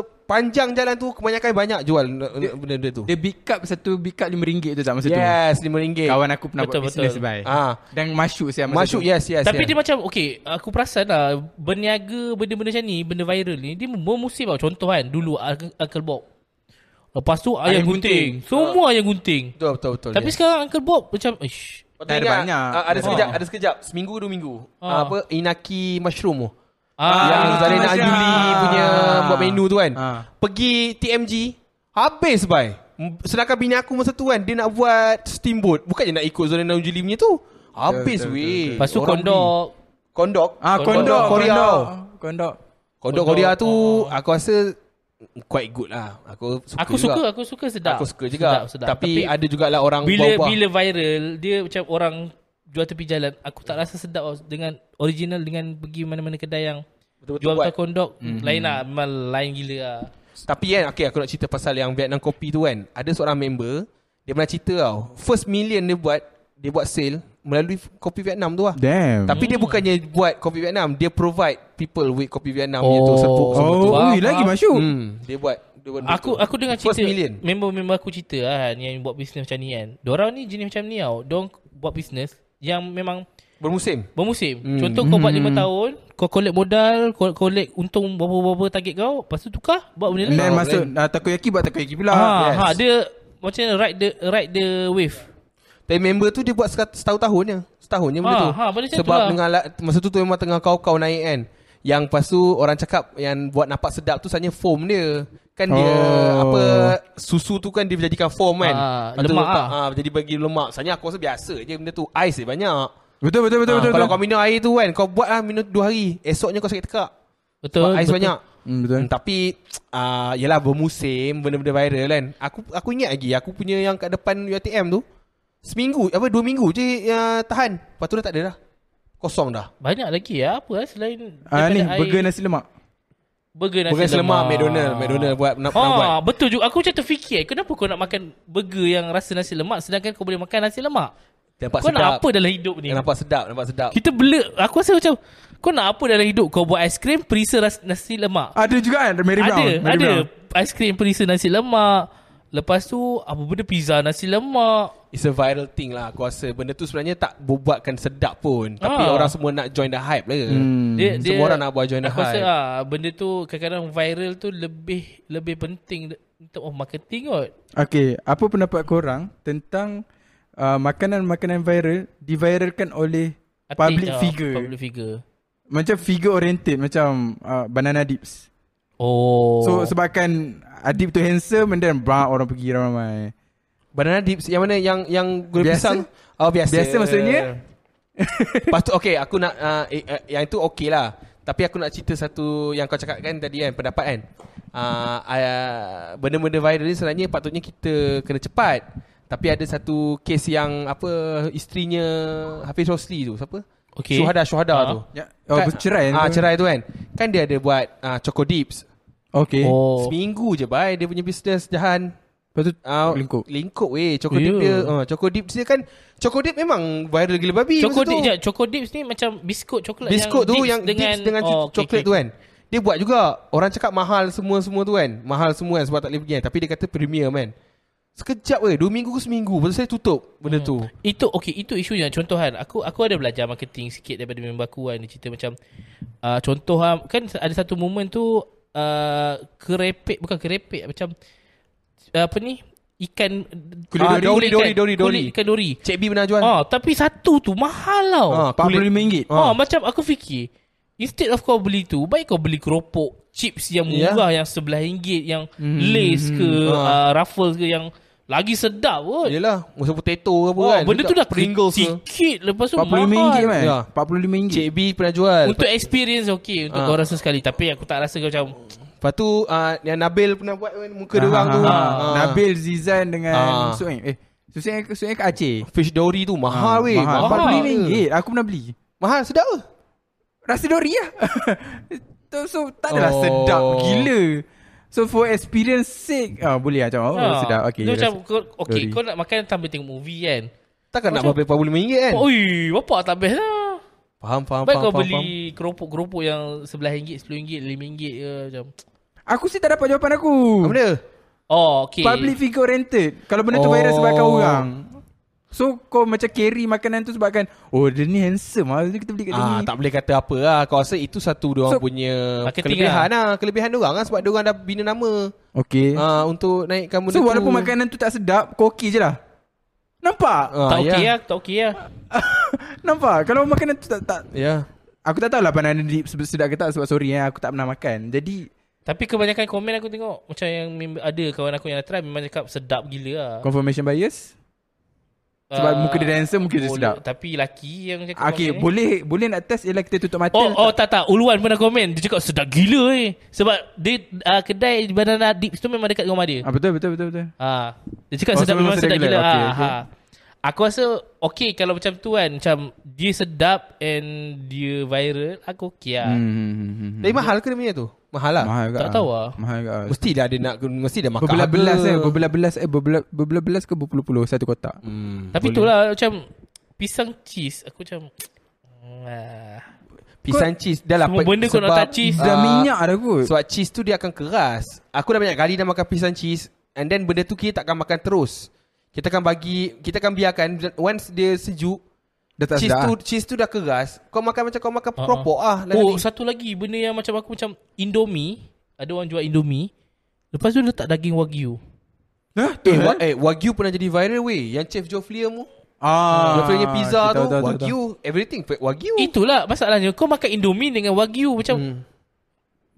A: sepanjang jalan tu kebanyakan banyak jual eh, benda-benda tu.
D: Dia big cup satu big cup RM5 tu tak masa
A: Yes, RM5.
D: tu. Kawan aku pernah
C: Betul,
D: buat business
C: betul.
D: baik.
A: Ah.
D: Dan masuk saya masa
A: Masuk
D: tu.
A: yes yes.
C: Tapi
A: yes.
C: dia macam Okay Aku perasan lah Berniaga Benda-benda macam ni Benda viral ni Dia bermusim tau Contoh kan Dulu Uncle Uncle Bob Lepas tu Ayam,
D: Ayam gunting.
C: gunting. Semua ayam gunting
A: betul betul betul.
C: Tapi sekarang Uncle Bob Macam Ish
A: Betul
D: Ada
A: ingat,
D: banyak.
A: ah, ada
D: Oh.
A: sekejap, ada sekejap. Seminggu dua minggu.
C: Oh.
A: Ah, apa inaki mushroom tu.
C: ah,
A: yang Zarina
D: macam-
A: Anjuli punya buat menu tu kan.
D: Ah.
A: Pergi TMG habis bye. M- Sedangkan bini aku masa tu kan dia nak buat steamboat. Bukan je nak ikut Zarina Anjuli punya tu. Habis
D: betul,
A: weh.
C: Lepas tu
A: Orang
C: kondok
A: beli. Kondok.
D: Ah,
A: Kondok
D: kondok,
A: Korea.
D: kondok. Kondok.
A: Kondok
C: Kondok, Ah.
A: Korea tu aku rasa quite good lah. Aku suka
C: Aku
A: juga.
C: suka Aku suka sedap
A: Aku suka juga.
C: sedap, sedap.
A: Tapi, ada jugalah orang
C: Bila
A: buah-buah.
C: bila viral Dia macam orang Jual tepi jalan Aku tak rasa sedap tau Dengan original Dengan pergi mana-mana kedai yang
A: Betul-betul
C: Jual
A: buat. Hmm.
C: buat kondok mm-hmm. Lain lah Memang lain gila lah
A: Tapi kan Okay aku nak cerita pasal Yang Vietnam kopi tu kan Ada seorang member Dia pernah cerita tau First million dia buat Dia buat sale melalui f- kopi Vietnam tu lah.
D: Damn.
A: Tapi dia bukannya buat kopi Vietnam, dia provide people with kopi Vietnam oh. tu
C: Oh.
A: serbuk semua tu.
D: oh,
C: Faham,
D: ui, lagi
C: faham.
D: masuk.
A: Hmm, dia buat dia buat
C: Aku
A: begitu.
C: aku dengar
A: First
C: cerita
A: million.
C: member-member aku cerita lah kan, yang buat bisnes macam ni kan. Diorang ni jenis macam ni tau. Diorang buat bisnes yang memang
A: Bermusim.
C: bermusim. Hmm. Contoh kau buat 5 tahun, kau collect modal, kau collect untung berapa-berapa target kau, lepas tu tukar buat benda
D: And
C: lain.
D: then masuk uh, takoyaki buat takoyaki
A: lah,
D: pula.
C: Ha,
D: Yes.
C: ha, dia macam ride the ride the wave.
A: Tapi member tu dia buat sekat- setahun tahunnya. Setahunnya benda
C: Ha,
A: tu.
C: ha, benda macam tu
A: Sebab
C: lah.
A: dengan la- masa tu tu memang tengah kau-kau naik kan. Yang lepas tu orang cakap yang buat nampak sedap tu sebenarnya foam dia. Kan dia
D: Oh.
A: apa susu tu kan dia jadikan foam kan.
C: Ha,
A: Lepas tu
C: lemak
A: letak,
C: ah.
A: ha, jadi bagi lemak. Sebenarnya aku rasa biasa je benda tu. Ais dia banyak.
D: Betul
A: Betul,
D: betul betul
A: ha,
D: betul.
A: betul, kalau
D: betul.
A: kau minum air tu kan Kau buat lah minum 2 hari Esoknya kau sakit tekak
C: Betul.
A: Sebab ais
C: betul.
A: banyak
D: Hmm, betul.
A: Hmm, tapi uh, Yelah bermusim Benda-benda viral kan Aku aku ingat lagi Aku punya yang kat depan UTM tu Seminggu Apa dua minggu je uh, Tahan Lepas tu dah tak ada dah Kosong dah
C: Banyak lagi ya apa lah selain
D: Ah
C: daripada
D: ni
C: air-
D: burger nasi lemak.
C: burger nasi
A: Burger nasi lemak,
C: lemak
A: McDonald. McDonald buat- nak-
C: ha,
A: pernah buat.
C: betul juga aku macam terfikir eh, kenapa kau nak makan burger yang rasa nasi lemak sedangkan kau boleh makan nasi lemak
A: Nampak
C: kau
A: sedap
C: nak apa dalam hidup ni
A: Yang nampak sedap Nampak sedap
C: kita blur aku rasa macam kau nak apa dalam hidup kau buat aiskrim perisa ras- nasi lemak
D: Ada juga kan Mary Brown.
C: ada
D: Mary
C: ada
D: Brown.
C: aiskrim perisa nasi lemak lepas tu apa benda pizza nasi lemak
A: It's a viral thing lah Aku rasa benda tu sebenarnya Tak buatkan sedap pun Tapi
C: Ah.
A: orang semua nak join the hype lah
D: Hmm.
C: dia,
A: Semua orang nak buat join the
C: Aku rasa
A: hype.
C: ah, benda tu kadang-kadang viral tu lebih lebih penting de- in term of marketing kot.
D: Okey, apa pendapat korang tentang uh, makanan-makanan viral diviralkan oleh
C: I think,
D: public
C: ah,
D: figure.
C: Public figure.
D: Macam figure oriented macam uh, banana dips.
C: Oh.
D: So sebabkan Adib tu handsome and then bah, orang pergi ramai-ramai.
A: Banana dips Yang mana Yang yang gula
D: Biasa?
A: pisang Oh biasa
D: Biasa maksudnya?
A: Lepas tu okay Aku nak uh, eh, eh, Yang itu okay lah Tapi aku nak cerita satu Yang kau cakap kan tadi kan Pendapat kan uh, uh, Benda-benda viral ni Sebenarnya patutnya kita Kena cepat Tapi ada satu Kes yang Apa Isterinya Hafiz Rosli tu Siapa?
C: Okay.
A: Syuhada-syuhada
C: Ah.
A: tu
D: Ya. Oh, bercerai
A: Ah,
D: tu.
A: cerai tu kan. Kan dia ada buat uh, Choco Dips.
D: Okey.
C: Oh.
A: Seminggu je bye dia punya business jahan.
D: Lepas tu
A: Uh,
D: lingkup.
A: Lingkup weh Choco dip
C: Ya.
A: dia uh, Choco dip dia kan Choco dip memang viral gila babi masa
C: Choco
A: tu.
C: dip, jap, Choco dips ni macam biskut coklat
A: Biskut tu
C: dips
A: yang dengan, dips dengan oh,
C: okey,
A: coklat
C: okey.
A: tu kan Dia buat juga Orang cakap mahal semua-semua tu kan Mahal semua kan sebab tak boleh pergi kan Tapi dia kata premium kan Sekejap weh Dua minggu ke seminggu Lepas tu saya tutup benda
C: Hmm.
A: tu
C: Itu okey, itu isunya. Contoh kan, aku aku ada belajar marketing sikit daripada member aku kan. Dia cerita macam uh, contoh kan, kan ada satu moment tu uh, kerepek bukan kerepek macam uh, apa ni? Ikan
A: Kulit
C: ah,
A: dori,
C: kulit
A: dori,
C: ikan.
A: dori, dori.
C: Kulit ikan dori.
A: Cik B pernah jual
C: Ah, tapi satu tu mahal tau.
A: Ah, kulit.
D: RM45.
C: Ah, macam aku fikir Instead of kau beli tu Baik kau beli keropok Chips yang
A: Ya.
C: murah Yang sebelah ringgit Yang
A: Hmm,
C: lace ke
A: Ah.
C: uh, Ruffles ke Yang lagi sedap kot
A: Yelah Masa potato ke apa
C: Oh,
A: kan
C: benda tu dah
A: Pringles ke
C: sikit Lepas tu mahal
D: RM45 kan?
A: Ya.
D: RM45.
A: Cik B pernah jual
C: Untuk experience okay Untuk
A: Ah.
C: kau rasa sekali Tapi aku tak rasa kau macam
A: Lepas tu uh, Yang Nabil pernah buat kan Muka dia orang tu
D: Ah,
A: Ah.
D: Nabil Zizan dengan
A: Ah.
D: Suhaib. Eh, Suhaib Suhaib ke Aceh.
A: Fish dory tu mahal weh
C: Ah,
D: Mahal.
C: mahal.
D: RM45. Aku pernah beli.
A: Mahal sedap ke?
D: Rasa dori lah. so, so tak adalah
A: Oh.
D: oh. sedap gila. So for experience sake ah boleh lah. macam oh
C: ah,
D: sedap okey.
C: Dia macam
D: rasa-
C: kau, Okay
D: Dory.
C: kau nak makan Tambah tengok movie kan
A: Takkan nak berapa RM45 kan?
C: oh, Ui Bapak tak best lah
A: Faham, faham,
C: Baik
A: faham.
C: kau
A: faham,
C: beli keropok-keropok yang RM11, RM10, RM5 ke macam.
D: aku still tak dapat jawapan aku.
A: Faham. Apa dia?
C: Oh, okay.
D: Public figure oriented. Kalau benda tu viral
A: Oh.
D: sebabkan orang. So kau macam carry makanan tu sebabkan oh dia ni handsome ah kita beli kat dia
A: Ah,
D: ni.
A: tak boleh kata apa lah. Kau rasa itu satu diorang
D: So,
A: punya
C: marketing
A: kelebihan lah. Kelebihan diorang lah sebab diorang dah bina nama.
D: Okey.
A: Ah, untuk naikkan benda
D: Ya. so
A: tu.
D: walaupun makanan tu tak sedap kau okey je lah. Nampak?
A: Ah,
C: tak okey
A: ya.
C: lah, tak okey lah.
D: Nampak? Kalau makanan tu tak tak
A: Ya.
D: Aku tak tahulah banana dip sed- sedap ke tak sebab sorry eh aku tak pernah makan. Jadi
C: Tapi kebanyakan komen aku tengok macam yang mem- ada kawan aku yang dah try memang cakap sedap gila lah.
D: confirmation bias sebab
C: Ah,
D: muka dia dah handsome, muka dia
C: boleh.
D: sedap.
C: Tapi laki yang cakap
D: Okay,
C: komen.
D: boleh boleh nak test ialah kita tutup mata.
C: Oh, oh tak tak. Uluan pernah komen. Dia cakap sedap gila eh. Sebab dia uh, kedai banana dips tu memang dekat dengan rumah dia.
D: Ah, betul betul betul
A: Ya.
D: betul.
C: Ha. Dia cakap
D: Oh,
C: sedap
D: so memang
C: memang sedap
D: sedap
C: gila.
D: gila.
C: Ah,
D: Okey,
C: Ha.
D: okey.
C: Aku rasa okay kalau macam tu kan. Macam dia sedap and dia viral. Aku okay lah. Hmm.
D: Hmm.
A: Tapi mahal ke dia punya tu? Mahal lah.
D: Mahal agak.
C: Tak tahu lah.
D: Mahal agak. ah.
A: Mesti dah ada nak mesti dah makan.
D: Berbelas-belas kan,
A: harga.
D: eh, berbelas-belas eh, berbelas- berbelas-belas ke berpuluh-puluh satu kotak.
A: Hmm.
C: Tapi itulah macam pisang cheese aku macam
D: Hmm.
C: ah.
A: Pisang cheese Dah lah
C: Semua
A: pe-
C: benda kau nak
A: sebab-
C: letak cheese.
D: Dah
A: Ah,
D: minyak dah kot.
A: Sebab cheese tu dia akan keras Aku dah banyak kali dah makan pisang cheese And then benda tu kita takkan makan terus Kita akan bagi Kita akan biarkan Once dia sejuk
D: Dah tak
A: cheese
D: sedap.
A: tu
D: ah.
A: cheese tu dah keras Kau makan macam kau makan
C: Ah, ah.
A: keropok ah lain
C: Oh
A: kali.
C: satu lagi Benda yang macam aku macam Indomie Ada orang jual Indomie Lepas tu letak daging wagyu
D: Hah?
A: eh, wa- eh, Wagyu pernah jadi viral weh Yang Chef Joflia mu
D: Ah.
A: Joflia punya pizza tu
D: kita tahu, tahu, tahu,
A: Wagyu Everything fa- Wagyu
C: Itulah masalahnya Kau makan Indomie dengan wagyu Macam
A: Hmm.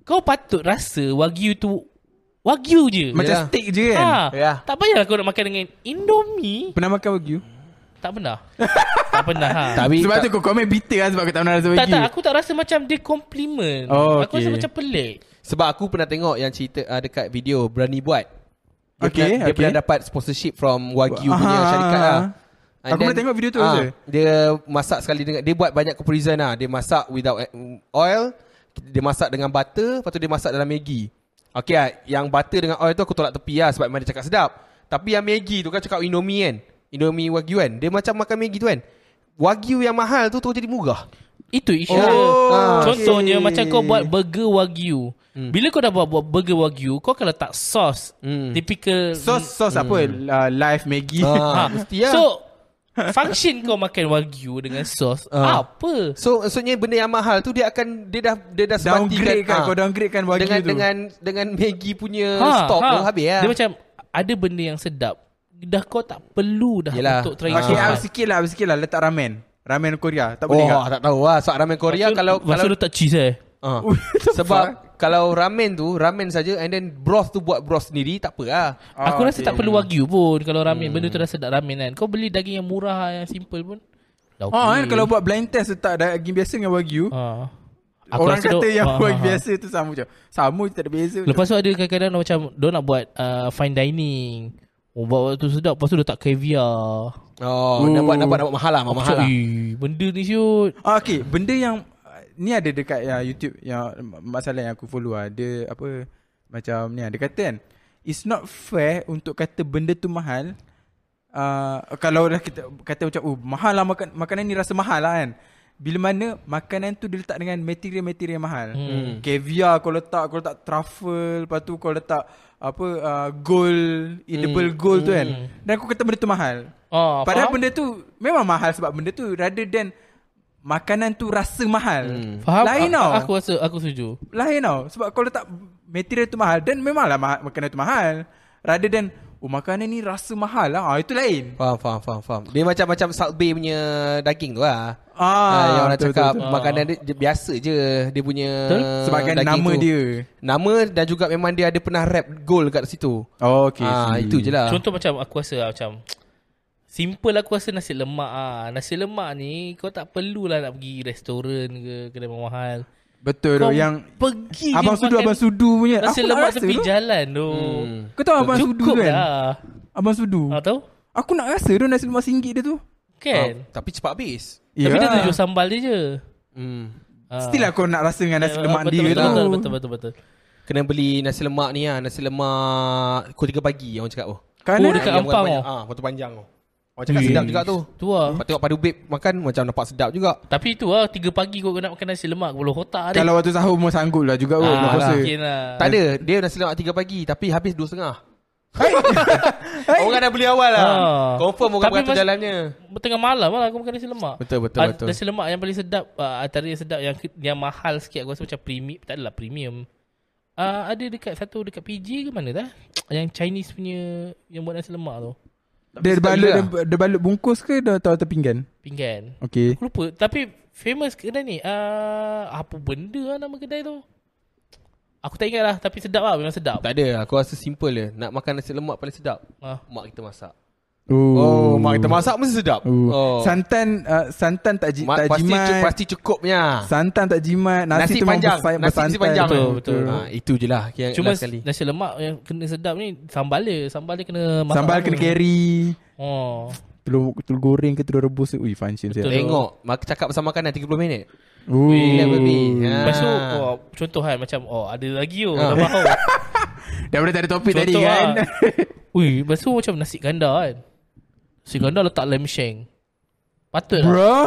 C: Kau patut rasa Wagyu tu Wagyu je
D: tahu. Macam
A: Yeah.
D: steak je kan?
C: ha,
A: Yeah.
C: Tak payahlah kau nak makan dengan Indomie
D: Pernah makan wagyu?
C: Tak pernah Tak pernah ha.
A: Tapi
F: Sebab
A: tak-
F: tu kau komen bitter
D: kan,
F: lah sebab aku tak pernah rasa
C: Tak
F: bagi.
C: tak aku tak rasa macam dia compliment.
D: Oh,
C: Aku rasa
D: okay.
C: macam pelik.
A: Sebab aku pernah tengok yang cerita uh, dekat video Berani Buat. Dia
D: Okay,
A: pernah, Dia
D: okay.
A: pernah dapat sponsorship from Wagyu
D: Aha,
A: punya syarikat lah.
D: Aku pernah tengok video tu
A: ah,
D: je.
A: Dia masak sekali dengan dia buat banyak kepurisan lah. Dia masak without uh, oil, dia masak dengan butter, lepas tu dia masak dalam Maggi. Okay lah, yang butter dengan oil tu aku tolak tepi lah sebab memang dia cakap sedap. Tapi yang Maggi tu kan cakap Indomie kan. Indomie Wagyu kan. Dia macam makan Maggi tu kan. Wagyu yang mahal tu terus jadi murah.
C: Itu isu.
A: Oh,
C: Ah.
A: okay.
C: Contohnya macam kau buat burger wagyu. Bila kau dah buat, buat burger wagyu, kau akan letak sos.
A: Hmm.
C: Typical Ha.
D: Sos sos apa? Uh, live Maggi.
A: Ah, mesti lah.
C: So function kau makan wagyu dengan sos
A: Ah.
C: apa?
A: So maksudnya benda yang mahal tu dia akan dia dah dia dah
D: downgrade kan?
A: ah.
D: Kau downgrade kan wagyu
A: dengan
D: tu?
A: dengan dengan Maggi punya ha, stok ha. tu habis lah.
C: Dia macam ada benda yang sedap. Dah kau tak perlu dah
A: Yelah.
C: untuk try
D: Okay,
C: hard.
D: ah, sikit lah, sikit lah. Letak ramen. Ramen Korea. Tak boleh
A: Oh,
D: kak?
A: tak tahu lah. Sebab ramen Korea
C: Lepas tu-
A: kalau
C: lepas tu
A: kalau
C: letak cheese eh.
A: ah.
D: What the
A: sebab
D: fuck?
A: kalau ramen tu ramen saja and then broth tu buat broth sendiri tak apa lah.
D: Ah,
C: Aku rasa
D: okay.
C: tak perlu wagyu pun Kalau
A: Hmm.
C: ramen Benda tu dah sedap ramen kan Kau beli daging yang murah Yang simple pun Dah
D: Oh, kan kalau buat blind test letak daging biasa dengan wagyu.
C: ha.
D: Orang
C: rasa
D: kata
C: dia- ha,
D: yang
C: ha,
D: wagyu
C: ha.
D: biasa tu sama je. Sama je tak ada beza.
C: Lepas tu ada kadang-kadang dia Macam Dia nak buat uh, Fine dining Oh buat tu sedap Lepas tu letak caviar
A: Oh, nak buat nak buat nak buat mahal lah,
C: Aku
A: mahal
C: cakap,
A: lah.
C: "Eh, Benda ni siut
D: Ah, okay, benda yang uh, ni ada dekat yang YouTube yang masalah yang aku follow ah. Dia apa macam ni ah. Dia kata kan, it's not fair untuk kata benda tu mahal. Uh, kalau dah kita kata macam oh mahal lah makan makanan ni rasa mahal lah kan. Bila mana makanan tu diletak dengan material-material mahal. Hmm. Caviar kau letak, kau letak truffle, lepas tu kau letak apa uh, gold, edible hmm. gold tu kan. Dan aku kata benda tu mahal.
C: Ah,
D: Padahal
C: faham?
D: benda tu memang mahal sebab benda tu rather than makanan tu rasa mahal. Hmm.
C: Faham
D: Lain
C: A-
D: tau.
C: Aku rasa Aku setuju
D: Lain tau. Sebab kau letak material tu mahal dan memanglah mahal, makanan tu mahal. Rather than oh makanan ni rasa mahal lah. Ah, itu lain.
A: Faham, faham, faham, faham. Dia macam macam Subway punya daging tu lah.
D: Ah,
A: Ah, yang orang
D: betul,
A: cakap
D: betul,
A: makanan dia, dia biasa je dia punya
C: Betul.
D: Sebagai
A: daging
D: nama
A: tu.
D: dia.
A: Nama dan juga memang dia ada pernah rap goal kat situ.
D: Oh,
A: Okay, ah, itu je lah.
C: Contoh macam aku rasa lah, macam Simple aku rasa nasi lemak ah. Nasi lemak ni kau tak perlulah nak pergi restoran ke kedai mahal.
D: Betul
C: Kau
D: tu yang
C: pergi
D: Abang
C: je
D: Sudu
C: makan
D: Abang Sudu punya.
C: Nasi
D: aku
C: lemak
D: nak rasa
C: tepi
D: tu.
C: jalan tu.
D: Kau tahu Abang Sudu
C: Cukup
D: kan?
C: lah.
D: Abang Sudu.
C: Ha, tahu?
D: Aku nak rasa tu nasi lemak RM1 dia tu.
C: Kan?
A: Ah, tapi cepat habis.
C: Tapi dia
D: Ya.
C: tu jual sambal dia je.
A: Hmm.
C: Ha.
D: Still lah kau nak rasa dengan nasi
C: Ah,
D: lemak
C: betul,
D: dia
C: betul,
D: tu.
C: Betul betul betul betul.
A: Kena beli nasi lemak ni lah Nasi lemak Pukul 3 pagi Orang cakap oh
D: Kerana
C: Oh, dekat
A: Yang
C: Ampang
A: panjang-
C: oh.
A: Ah, Potong panjang oh. Orang cakap
C: Wih.
A: sedap juga tu
C: Tu lah.
A: Lepas tengok padu babe Makan macam nampak sedap juga
C: Tapi tu lah 3 pagi kau nak makan nasi lemak Kepala otak ni
D: kalau waktu sahur pun sanggup lah juga
A: Ah,
D: kot. nak puasa.
C: Mungkin lah
A: Tak ada Dia nasi lemak 3 pagi Tapi habis 2.30 Orang dah beli awal lah
C: Ah.
A: Confirm orang
C: Tapi
A: beratur
C: mas-
A: jalannya
C: Tengah malam lah aku makan nasi lemak
A: Betul, betul,
C: Ah,
A: betul.
C: Nasi lemak yang paling sedap ah, Antara yang sedap yang, ke- yang mahal sikit Aku rasa macam premium Tak adalah premium Ah, Ada dekat satu dekat PJ ke mana dah Yang Chinese punya Yang buat nasi lemak tu
D: Dia
A: sedap
D: balut
A: juga.
D: dia, dia balut bungkus ke dia atau atau pinggan?
C: Pinggan
D: Okey.
C: Aku lupa Tapi famous kedai ni uh, Apa benda lah nama kedai tu Aku tak ingat lah Tapi sedap lah Memang sedap
A: Tak ada Aku rasa simple je Nak makan nasi lemak paling sedap
C: Ah.
A: Mak kita masak
D: Oh,
A: Oh, mak kita masak mesti sedap
D: Oh.
A: oh.
D: Santan uh, santan tak, ji,
A: Ma-
D: tak
A: pasti,
D: jimat.
A: cu- pasti cukupnya
D: Santan tak jimat, nasi,
A: Nasi
D: tu memang
A: panjang.
D: bersai-
A: Nasi
D: bersantan.
A: panjang.
C: Betul, betul.
A: ha, Itu je lah yang
C: Cuma
A: last kali.
C: nasi lemak yang kena sedap ni Sambal dia Sambal dia kena masak
D: Sambal
C: lama.
D: kena carry.
C: oh.
D: Telur, telur goreng ke telur rebus tu. Ui, function
C: Betul. Hmm.
D: saya.
A: Tengok mak Cakap pasal makanan 30 minit
D: Ooh.
A: Relax baby ha.
C: Lepas tu oh, Contoh kan macam Oh ada lagi oh,
A: Ah.
C: Dah faham
D: Daripada tak ada topik tadi
C: Contoh
D: kan.
C: lah Ui Lepas tu macam nasi ganda kan Nasi ganda letak lamb shank Patut lah.
D: Bro.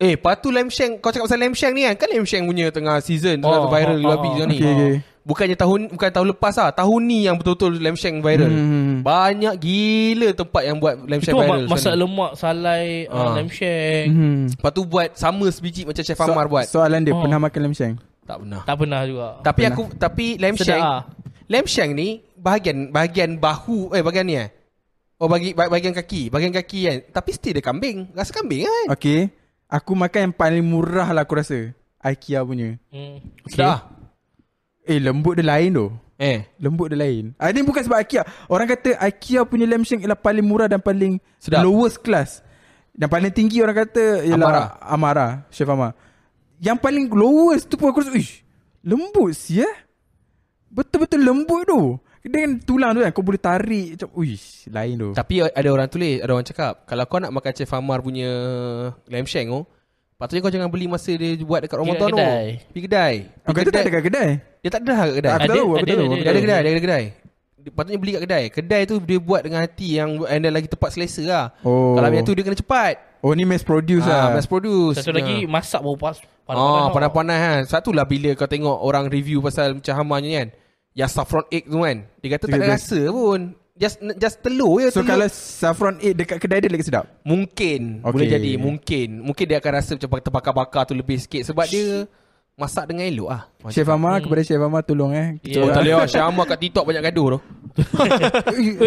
A: Eh, patu Lam Sheng. Kau cakap pasal Lam Sheng ni kan? Kan Lam Sheng punya tengah season. Tengah
C: Oh,
A: viral oh,
C: oh, oh,
A: babi
C: oh.
A: oh, ni.
D: Okay, okay.
A: Bukannya tahun bukan tahun lepas lah. Tahun ni yang betul-betul Lam Sheng viral.
D: Hmm.
A: Banyak gila tempat yang buat Lam
C: Itu
A: Sheng viral.
C: ma- masak
A: sana.
C: lemak, salai, uh.
A: Ah.
C: lem sheng.
D: Hmm.
A: Lepas tu buat sama sebiji macam Chef Amar buat.
D: Soalan dia
C: Oh.
D: pernah makan lam sheng?
A: tak pernah.
C: Tak pernah juga.
A: Tapi aku tapi Lam
C: Sedap
A: Sheng
C: lah.
A: Lam Sheng ni bahagian bahagian bahu eh bahagian ni eh. Oh bagi ba- bahagian kaki, bahagian kaki kan. Tapi still dia kambing. Rasa kambing kan?
D: Okay. Aku makan yang paling murah lah aku rasa. IKEA punya.
C: Hmm.
A: Sedap. lah.
D: Eh lembut dia lain tu.
A: Eh.
D: Lembut dia lain. Ah, ini bukan sebab IKEA. Orang kata IKEA punya lamb shank ialah paling murah dan paling
A: Sedap.
D: lowest class. Dan paling tinggi orang kata ialah Amara. Amara, Chef Amara. Yang paling lowest tu pun aku rasa, ish, lembut sia. Betul-betul lembut tu. Dengan tulang tu kan kau boleh tarik macam, uish, lain tu.
A: Tapi ada orang tulis, ada orang cakap, kalau kau nak makan Chef Amar punya lamb shank tu, patutnya kau jangan beli masa dia buat dekat Ramadan tu.
C: kedai.
A: Pergi kedai.
D: Orang
A: Pergi
D: kata Oh, tak ada Ah, kat kedai.
A: Dia tak ada lah kat kedai.
D: Aku
C: Ada,
D: tahu, aku
C: ada,
D: tahu.
C: ada,
D: aku
A: Dia ada
D: tahu.
A: kedai, dia ada kedai. Dia patutnya beli kat kedai. Kedai tu dia buat dengan hati yang and then lagi tempat selesa lah.
D: Oh.
A: Kalau yang tu dia kena cepat.
D: Oh ni mass produce
A: Ah,
D: lah.
A: mass produce.
C: Satu
A: Ya.
C: lagi masak baru pas.
A: Oh, panas-panas kan. Satu lah bila kau tengok orang review pasal macam hamanya ni kan. Yang saffron egg tu kan. Dia kata tak ada
D: Dia
A: rasa pun. Just just telur je.
D: So
A: telur.
D: kalau saffron egg dekat kedai dia lagi sedap.
A: Mungkin.
D: Okay.
A: Boleh jadi. Mungkin. Mungkin dia akan rasa macam terbakar-bakar tu lebih sikit. Sebab dia masak dengan elok lah.
D: Chef Amar kepada Chef Amar tolong eh.
A: Oh, tak boleh lah. Syamah kat TikTok banyak gaduh tu.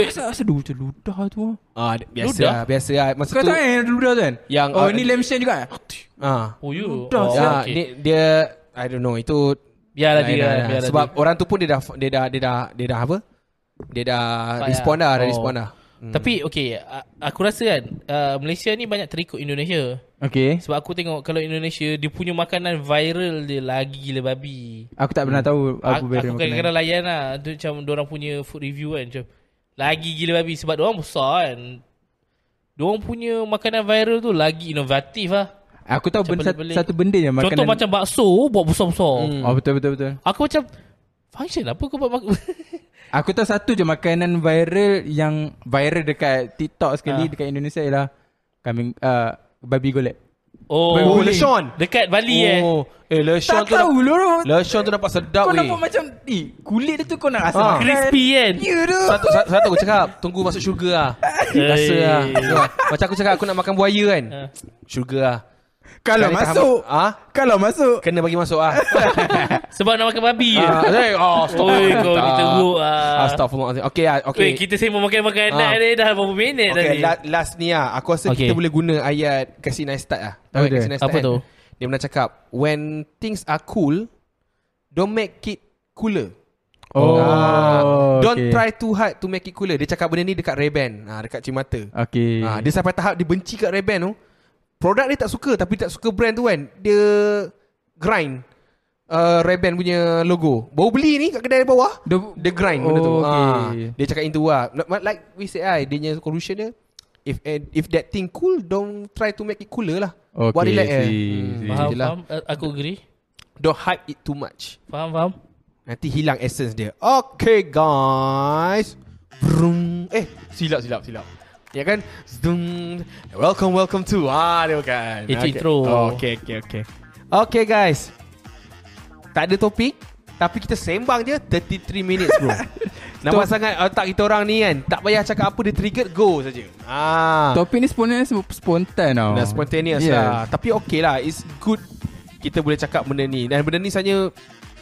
D: Eh, Asal asal dulu macam ludah tu.
A: Ah, dia- biasa
C: Ludah.
A: lah. Biasa lah. Masa
D: Kau
A: tu.
D: tahu yang ludah tu kan?
A: Yang,
D: oh
A: uh,
D: ni lamb shank juga. eh?
A: Ah.
C: Oh, you.
D: Dah,
C: Oh,
A: ya,
C: okay.
A: ni, dia, I don't know. Itu
C: Biarlah
A: Lain
C: dia.
A: lah,
C: biarlah
A: Sebab
C: dia.
A: orang tu pun dia dah, dia dah, dia dah, dia dah apa? Dia dah
C: Payah.
A: respon dah, dah
C: Oh.
A: respon dah.
C: Tapi okay, a- aku rasa kan uh, Malaysia ni banyak terikut Indonesia.
D: Okay.
C: Sebab aku tengok kalau Indonesia dia punya makanan viral dia lagi gila babi.
D: Aku
A: Hmm.
D: tak pernah tahu
C: Aku,
D: aku
C: aku kadang-kadang layan lah tu macam orang punya food review kan macam lagi gila babi sebab orang besar kan. Diorang punya makanan viral tu lagi inovatif lah.
D: Aku tahu
C: Macam
D: benda, satu,
C: pelik-pelik.
D: satu benda yang makanan.
C: Contoh macam bakso buat besar-besar.
A: Hmm.
D: Oh betul betul betul.
C: Aku macam function apa kau buat mak-
D: Aku tahu satu je makanan viral yang viral dekat TikTok
C: Ah.
D: sekali dekat Indonesia ialah kambing uh, babi golek.
C: Oh,
D: Oh,
A: Lechon.
C: dekat Bali eh.
A: Oh, eh Lechon
D: Tak
A: tu dah,
D: tahu lorong.
A: Lechon tu nampak sedap
D: Kau
A: weh.
D: nampak macam eh kulit dia tu kau
A: Ah.
D: nak rasa
C: Crispy kan.
D: Ya tu.
A: Satu, satu, satu aku cakap Tunggu masuk syurga lah Rasa lah Ya, Macam aku cakap Aku nak makan buaya kan
C: Ah.
A: Syurga lah
D: Kalau
A: Kali tahap-
D: masuk.
A: Ah?
D: Kalau masuk.
A: Kena bagi masuk lah
C: Sebab nak makan babi je.
A: Ah, eh, oh,
C: Oi, kau ni teruk ah.
A: Astagfirullahaladzim Okay lah
C: Okay.
A: okay.
C: Wait, kita sembang makan makanan
A: Ah.
C: ni dah berapa minit dah
A: Okay,
C: ni.
A: la- last ni lah Aku rasa
C: Okay.
A: okay. kita boleh guna ayat Kasih nice start lah Tahu
D: Apa
A: ayat
D: dia?
A: Kasih nice start
C: Apa
A: kan?
C: tu?
A: Dia pernah cakap When things are cool Don't make it cooler
D: Oh.
A: Ah, Don't
D: okay.
A: try too hard to make it cooler Dia cakap benda ni dekat Ray-Ban ah, Dekat Cimata
D: Okay.
A: Ah, dia sampai tahap dia benci kat Ray-Ban tu. Produk dia tak suka tapi tak suka brand tu kan. Dia grind uh, Ray-Ban punya logo. Baru beli ni kat kedai bawah.
D: Dia,
A: Dia grind benda tu.
D: Oh, okay.
A: Ah, dia cakap itu lah. Not- not Like we said ah, dia punya conclusion dia if eh, if that thing cool don't try to make it cooler lah.
D: Okay,
A: Buat relax eh.
D: see, see.
C: faham,
A: je lah.
C: faham. Uh, Aku agree.
A: Don't hype it too much.
C: Faham, faham.
A: Nanti hilang essence dia. Okay guys. Brum. Eh, silap silap silap. Ya kan? Zdung. Welcome welcome to. Ah, dia bukan.
C: Itu
A: okay.
C: intro.
A: Oh, okay okay okay. Okay guys. Tak ada topik tapi kita sembang je 33 minutes bro. Nampak sangat otak kita orang ni kan. Tak payah cakap apa dia trigger go saja. Ah.
D: Topik ni sebenarnya sp- spontan tau.
A: Dah spontaneous yeah. lah Tapi okay lah It's good Kita boleh cakap benda ni Dan benda ni sebenarnya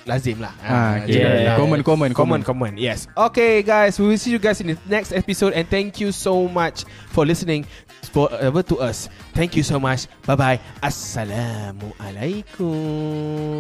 A: Lazim lah
D: Ah, okay.
A: general
C: Yeah.
D: Common, common,
A: Common,
D: common.
A: common Yes Okay guys We will see you guys In the next episode And thank you so much For listening for, uh, To us Thank you so much Bye-bye Assalamualaikum